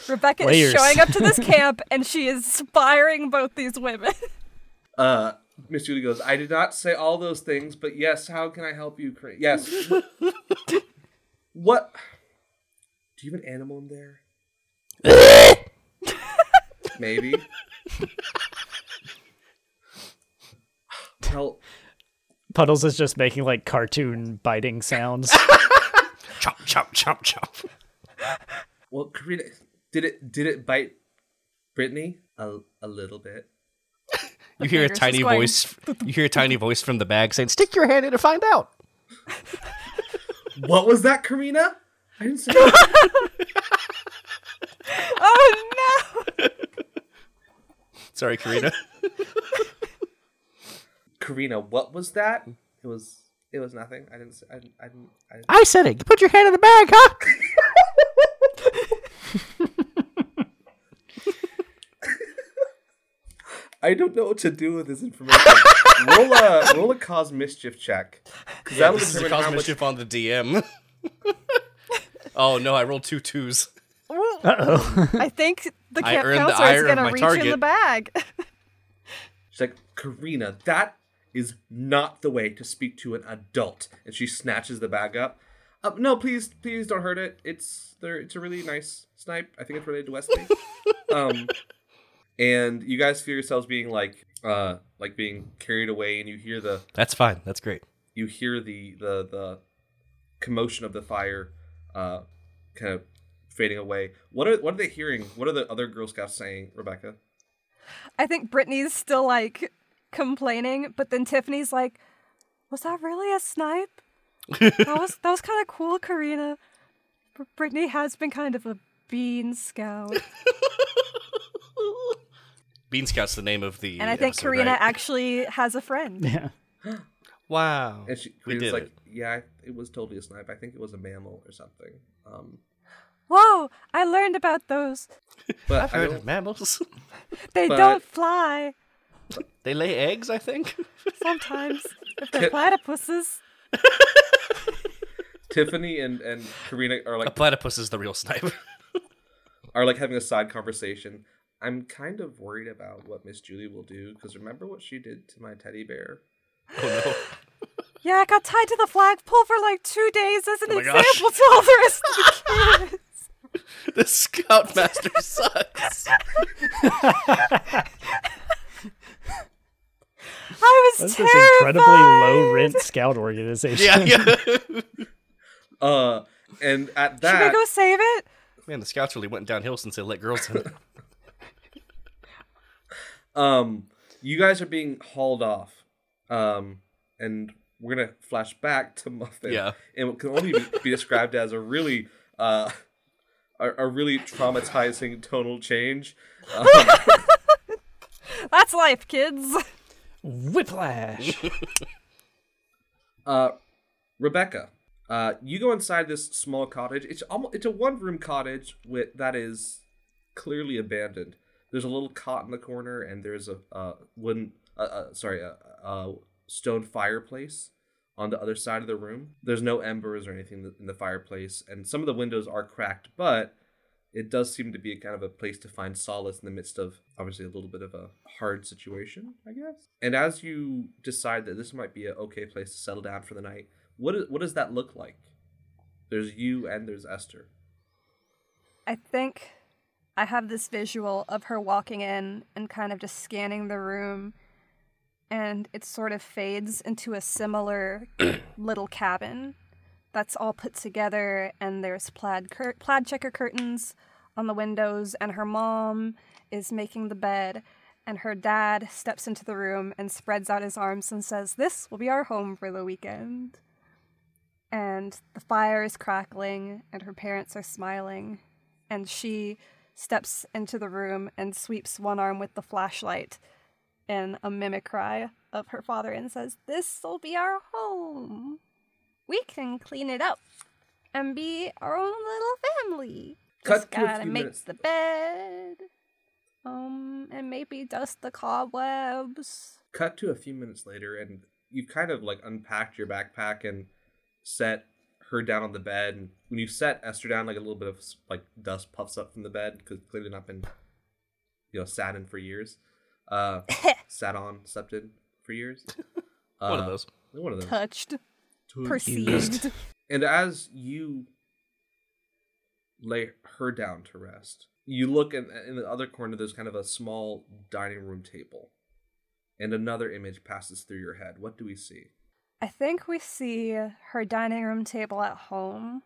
Rebecca Layers. is showing up to this camp and she is inspiring both these women. Uh, Miss Julie goes, I did not say all those things, but yes, how can I help you? Cra- yes. what? Do you have an animal in there? Maybe. well, Puddles is just making like cartoon biting sounds. Chop, chop, chop, chop. well, Karina, did it did it bite Brittany a, a little bit? You hear a fingers tiny just going- voice. You hear a tiny voice from the bag saying, "Stick your hand in and find out." What was that, Karina? I didn't say. oh no! Sorry, Karina. Karina, what was that? It was it was nothing. I didn't. s- I didn't. I didn't. I didn't. I said it. Put your hand in the bag, huh? I don't know what to do with this information. roll a roll a cause mischief check. 'Cause that'll This is a determine how cause much- mischief on the DM. oh no, I rolled two twos. I think the I camp earned the counselor ire is of going to my reach in the target. bag. She's like, Karina, that is not the way to speak to an adult. And she snatches the bag up. Uh, no, please, please don't hurt it. It's there. It's a really nice snipe. I think it's related to Wesley. um, and you guys feel yourselves being like, uh, like being carried away, and you hear the That's fine. That's great. you hear the the the commotion of the fire, uh, kind of fading away. What are what are they hearing? What are the other Girl Scouts saying, Rebecca? I think Brittany's still like complaining, but then Tiffany's like, "Was that really a snipe? that was that was kind of cool, Karina. Br- Brittany has been kind of a bean scout, Bean Scout's the name of the. and I think episode, Karina right? actually has a friend. Yeah. Wow. And she we was did like, it. "Yeah, it was totally a snipe. I think it was a mammal or something." Um, Whoa! I learned about those. but I've I heard don't- of mammals. They But- don't fly they lay eggs, I think. sometimes. if they're platypuses, Tiffany and and Karina are A like platypus is the real snipe. are like having a side conversation. I'm kind of worried about what Miss Julie will do because remember what she did to my teddy bear. Oh, yeah, I got tied to the flagpole for like two days as an my gosh. example to all the rest of the kids. the Scout Master sucks. I was That's this terrified. incredibly low rent scout organization. yeah, yeah. Uh, and at Should I that, go save it? Man, the Scouts really went downhill since they let girls in. um, you guys are being hauled off. Um, and we're gonna flash back to Muffin. Yeah. and what can only be, be described as a really uh, a, a really traumatizing tonal change. That's life, kids. Whiplash. Uh, Rebecca, uh, you go inside this small cottage. It's almost it's a one room cottage with that is clearly abandoned. There's a little cot in the corner, and there's a uh, wooden, uh, uh, sorry, a, a stone fireplace on the other side of the room. There's no embers or anything in the fireplace, and some of the windows are cracked, but it does seem to be kind of a place to find solace in the midst of obviously a little bit of a hard situation, I guess. And as you decide that this might be a okay place to settle down for the night, what is, what does that look like? There's you and there's Esther. I think I have this visual of her walking in and kind of just scanning the room, and it sort of fades into a similar little cabin that's all put together, and there's plaid cur- plaid checker curtains on the windows, and her mom is making the bed. And her dad steps into the room and spreads out his arms and says, This will be our home for the weekend. And the fire is crackling, and her parents are smiling, and she steps into the room and sweeps one arm with the flashlight in a mimic cry of her father and says, This'll be our home. We can clean it up and be our own little family. Just Cut to a gotta few make minutes. the bed. Um, and maybe dust the cobwebs. Cut to a few minutes later, and you've kind of like unpacked your backpack and set her down on the bed. And when you set Esther down, like a little bit of like dust puffs up from the bed because clearly not been, you know, sat in for years. Uh, sat on, slept in for years. One of Uh, those. One of them. Touched, perceived. And as you lay her down to rest, you look in, in the other corner. There's kind of a small dining room table, and another image passes through your head. What do we see? I think we see her dining room table at home,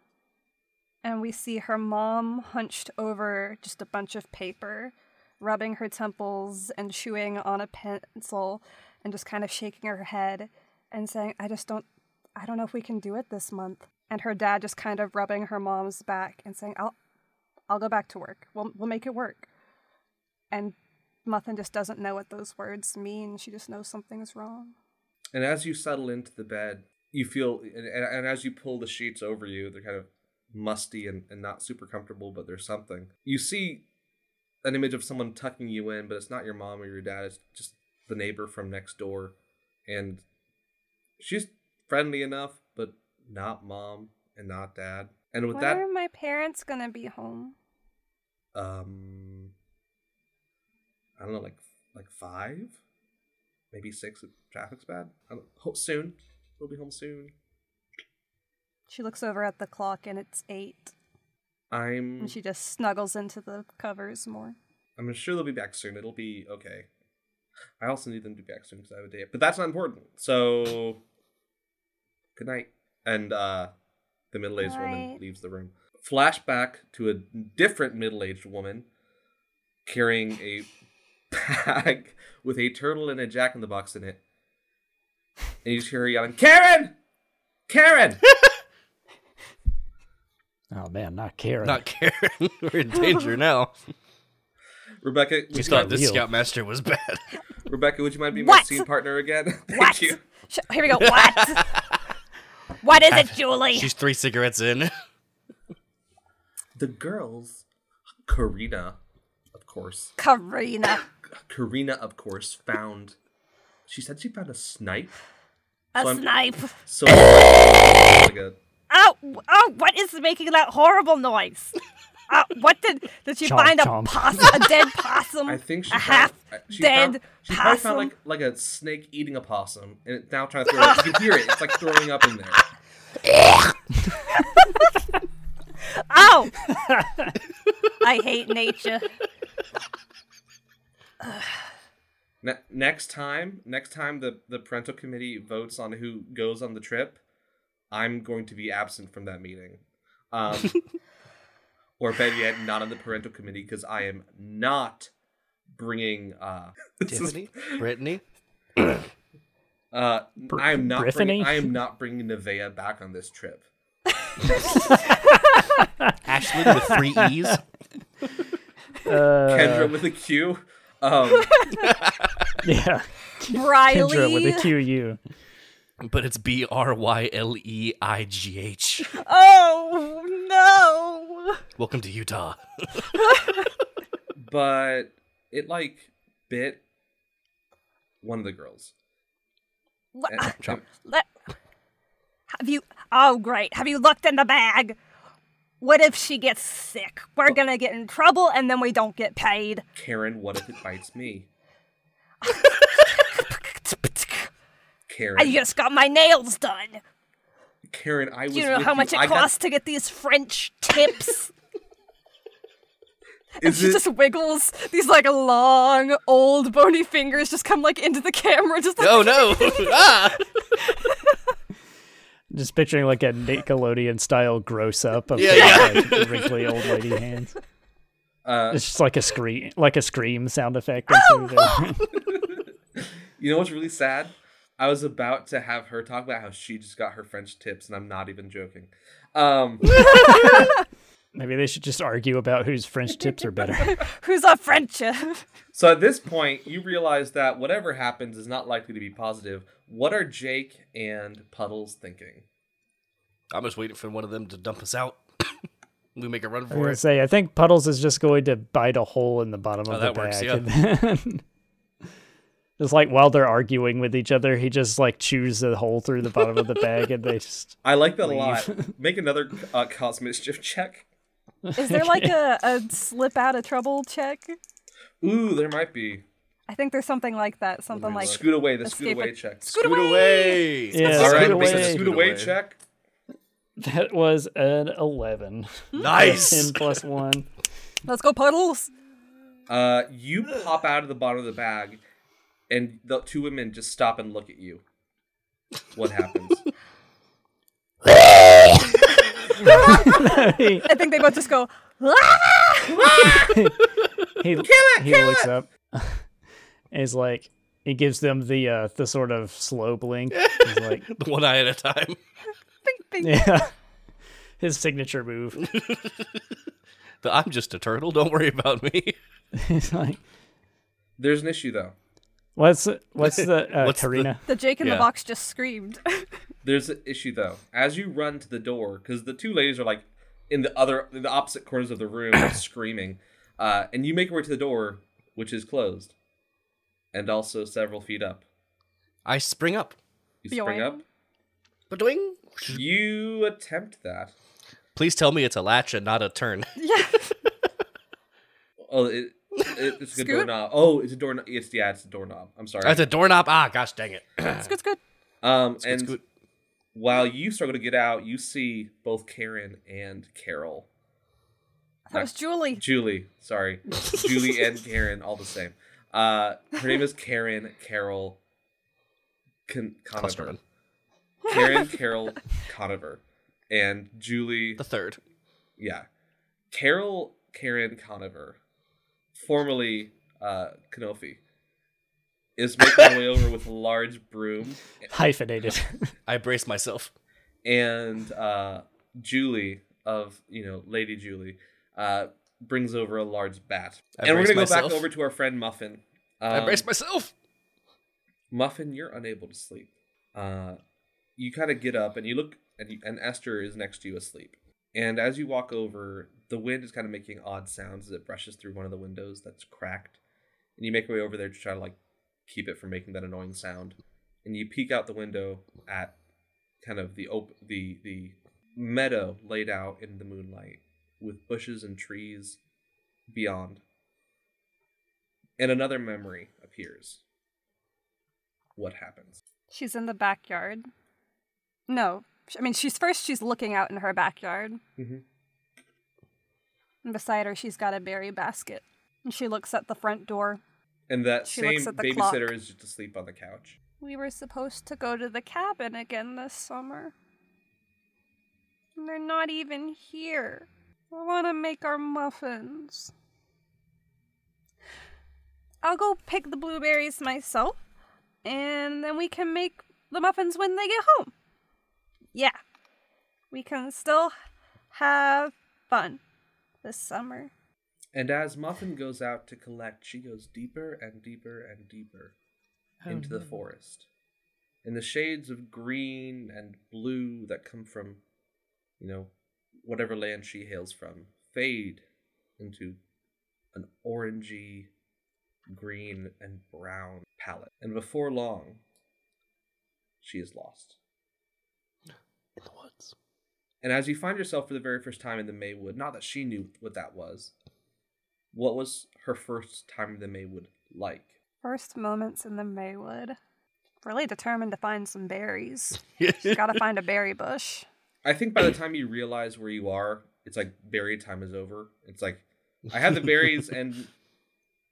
and we see her mom hunched over just a bunch of paper, rubbing her temples and chewing on a pencil and just kind of shaking her head and saying, I just don't, I don't know if we can do it this month. And her dad just kind of rubbing her mom's back and saying, I'll, I'll go back to work. We'll, we'll make it work. And Muffin just doesn't know what those words mean. She just knows something's wrong. And as you settle into the bed, you feel, and, and, and as you pull the sheets over you, they're kind of musty and, and not super comfortable, but there's something. You see an image of someone tucking you in, but it's not your mom or your dad. It's just the neighbor from next door. And she's friendly enough, but not mom and not dad. And with when that, are my parents gonna be home? um, I don't know, like like five, maybe six. If traffic's bad. I don't, ho- soon, we'll be home soon. She looks over at the clock and it's eight, I'm and she just snuggles into the covers more. I'm sure they'll be back soon. It'll be okay. I also need them to be back soon because I have a date, but that's not important. So, good night. And uh, the middle-aged woman Night. leaves the room. Flashback to a different middle-aged woman carrying a bag with a turtle and a jack in the box in it, and you just hear her yelling, "Karen, Karen!" Oh man, not Karen. Not Karen. We're in danger now. Rebecca, We would you, thought mind, this real. scoutmaster was bad. Rebecca, would you mind being my What? scene partner again? Thank What? you. Sh- Here we go. What? what is it, Julie? She's three cigarettes in. the girls, Karina, of course, Karina. Karina, of course, found. She said she found a snipe. A So I'm- snipe. So like a, Oh, oh, what is making that horrible noise? Uh, what did did she Chomp, find chomp. a possum, a dead possum, I think she a found, uh, half she dead found, she probably possum? found like like a snake eating a possum, and it's now trying to throw. it. You can hear it. It's like throwing up in there. Oh, I hate nature. Ne- next time, next time the the parental committee votes on who goes on the trip, I'm going to be absent from that meeting. Um, or better yet, not on the parental committee because I am not bringing. Uh, this is- Tiffany? Brittany? Uh, I am not. Briffany? Bringing, I am not bringing Nevaeh back on this trip. Ashley with three E's? Uh, Kendra with a Q. Um, yeah, Briley. Kendra with a Q U. But it's B R Y L E I G H. Oh no! Welcome to Utah. but it like bit one of the girls. And- Wha- and- Let, have you? Oh great! Have you looked in the bag? What if she gets sick? Oh. We're gonna get in trouble, and then we don't get paid. Karen, what if it bites me? Karen, I just got my nails done. Karen, I was. Do you know with how much it I got- costs to get these French tips? Is she it, just wiggles these like long, old, bony fingers just come like into the camera, just like oh no! ah! Just picturing like a Nickelodeon style gross up of Yeah, like, like, wrinkly old lady hands. uh, It's just like a scream, like a scream sound effect. Oh, Or something. you know what's really sad? I was about to have her talk about how she just got her French tips, and I'm not even joking. Um, Maybe they should just argue about whose French tips are better. who's a French? So at this point, you realize that whatever happens is not likely to be positive. What are Jake and Puddles thinking? I'm just waiting for one of them to dump us out. we make a run I was for gonna it. say, I think Puddles is just going to bite a hole in the bottom Oh, of the that bag. works, and then- just like while they're arguing with each other, he just like chews a hole through the bottom of the bag, and they just I like that a lot. Make another uh, cause mischief check. Is there like a, a slip out of trouble check? Ooh, there might be. I think there's something like that. Something like Scoot away, the scoot Escape away a- check. scoot Scoot away! yeah. All right, scoot make a away. scoot away check. That was an eleven. Hmm? Ten Nice! plus one. Let's go puddles. Uh, you pop out of the bottom of the bag, and the two women just stop and look at you. What happens? he I think they both just go. "Ah!" he, he looks up and is like he gives them the uh the sort of slow blink. He's like The one eye at a time. Yeah. His signature move. The I'm just a turtle. Don't worry about me. He's like There's an issue though. What's what's the uh, What's the- Karina? The Jake in Yeah. the box just screamed. There's an issue though. As you run to the door, because the two ladies are like in the other, in the opposite corners of the room, like, screaming, uh, and you make your way to the door, which is closed, and also several feet up. I spring up. You spring up. Boing. Ba-doing. You attempt that. Please tell me it's a latch and not a turn. yeah. Oh, it, it, it's a Scoot? doorknob. Oh, it's a doorknob. It's yeah, it's a doorknob. I'm sorry. That's a doorknob. Ah, gosh dang it. Scoot, scoot. um, Scoot, and scoot. while you struggle to get out, you see both Karen and Carol, That was Julie. Julie. Sorry, Julie and Karen, all the same. Uh, her name is Karen Carol Con- Conover. Klosterman. Karen Carol Conover, and Julie. The third. Yeah. Carol Karen Conover, formerly uh, Kanofi, is making her way over with a large broom, Hyphenated. I brace myself. and uh, Julie of you know Lady Julie uh, brings over a large bat. I and we're braced gonna go myself. back over to our friend Muffin. I Um, brace myself. Muffin, you're unable to sleep. Uh, you kind of get up and you look, and, you, and Esther is next to you asleep. And as you walk over, the wind is kind of making odd sounds as it brushes through one of the windows that's cracked. And you make your way over there to try to like keep it from making that annoying sound. And you peek out the window at kind of the op- the the meadow laid out in the moonlight with bushes and trees beyond. And another memory appears what happens. She's in the backyard. No. Sh- I mean, she's first, she's looking out in her backyard. Mhm. And beside her, she's got a berry basket. And she looks at the front door. And that She same looks at the babysitter clock. is just asleep on the couch. We were supposed to go to the cabin again this summer. And they're not even here. I want to make our muffins. I'll go pick the blueberries myself, and then we can make the muffins when they get home. Yeah. We can still have fun this summer. And as Muffin goes out to collect, she goes deeper and deeper and deeper Oh, into the forest. And the shades of green and blue that come from, you know, whatever land she hails from fade into an orangey, green, and brown palette. And before long, she is lost. In the woods. And as you find yourself for the very first time in the Maywood, not that she knew what that was, what was her first time in the Maywood like? First moments in the Maywood. Really determined to find some berries. Gotta find a berry bush. I think by the time you realize where you are, it's like berry time is over. It's like I had the berries, and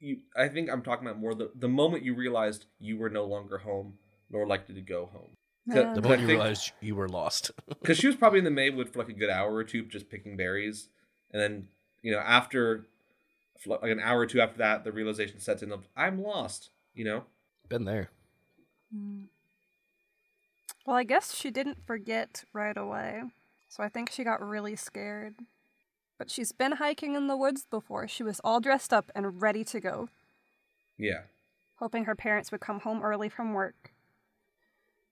you. I think I'm talking about more the the moment you realized you were no longer home, nor likely to go home. Yeah. Because The moment you realized you were lost. she was probably in the Maywood for like a good hour or two, just picking berries, and then you know after for like an hour or two after that, the realization sets in of I'm lost. You know. Been there. Mm. Well, I guess she didn't forget right away. So I think she got really scared. But she's been hiking in the woods before. She was all dressed up and ready to go, Yeah. hoping her parents would come home early from work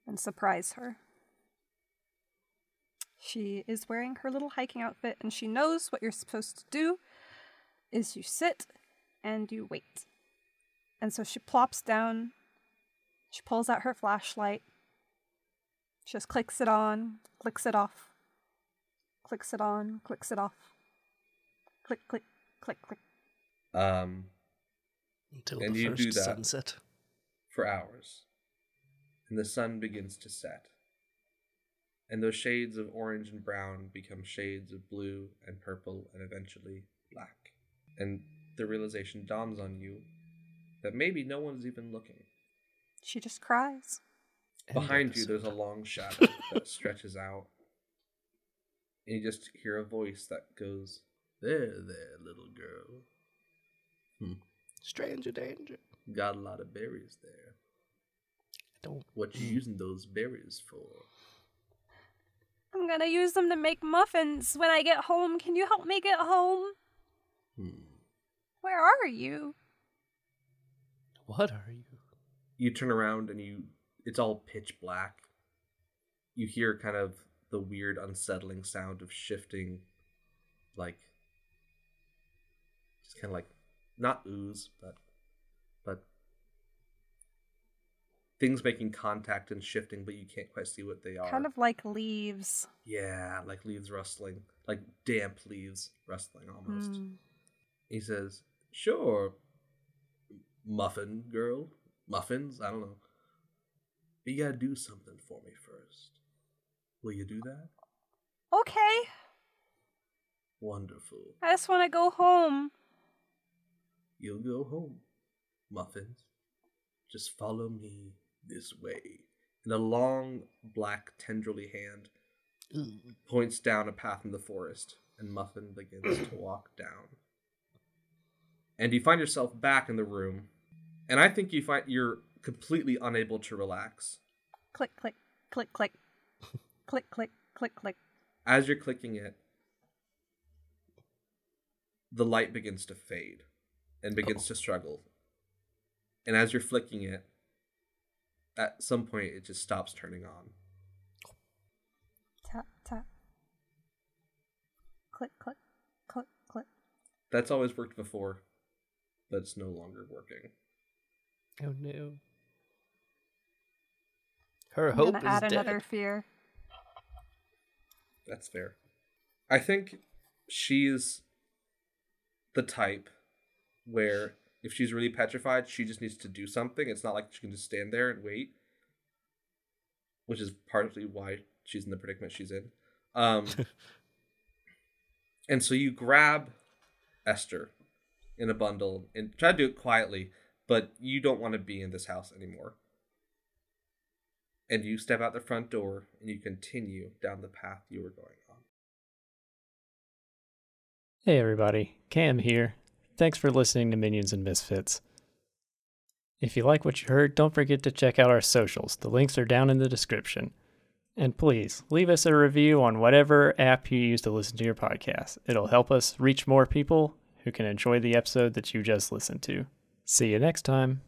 and surprise her. She is wearing her little hiking outfit and she knows what you're supposed to do is you sit and you wait. And so she plops down. She pulls out her flashlight. Just clicks it on, clicks it off. Clicks it on, clicks it off. Click click click click. Um, Until And the you first do that. sunset. for hours. And the sun begins to set. And those shades of orange and brown become shades of blue and purple and eventually black. And the realization dawns on you that maybe no one's even looking. She just cries. End Behind you, episode. there's a long shadow that stretches out. And you just hear a voice that goes, There, there, little girl. stranger danger. Got a lot of berries there. Don't. What you using those berries for? I'm gonna use them to make muffins when I get home. Can you help me get home? Hmm. Where are you? What are you? you turn around and you it's all pitch black you hear kind of the weird unsettling sound of shifting like just kind of like not ooze but but things making contact and shifting but you can't quite see what they are Kind of like leaves. yeah like leaves rustling like damp leaves rustling almost Mm. he says, "Sure, muffin girl, muffins. I don't know. But you gotta do something for me first. Will you do that? Okay, Wonderful. I just want to go home. You'll go home, muffins. Just follow me this way." And a long, black, tendrily hand points down a path in the forest, and Muffin begins to walk down. And you find yourself back in the room, and I think you find you're completely unable to relax. Click, click, click, click, click, click, click, click. As you're clicking it, the light begins to fade and begins to struggle. And as you're flicking it, at some point it just stops turning on. Tap, tap. Click, click, click, click. That's always worked before, but it's no longer working. Oh no. Her I'm hope gonna is add dead. another fear. That's fair. I think she's the type where if she's really petrified, she just needs to do something. It's not like she can just stand there and wait, which is partly why she's in the predicament she's in. Um, and so you grab Esther in a bundle and try to do it quietly, but you don't want to be in this house anymore and you step out the front door and you continue down the path you were going on. Hey everybody, Cam here. Thanks for listening to Minions and Misfits. If you like what you heard, don't forget to check out our socials. The links are down in the description. And please leave us a review on whatever app you use to listen to your podcast. It'll help us reach more people who can enjoy the episode that you just listened to. See you next time.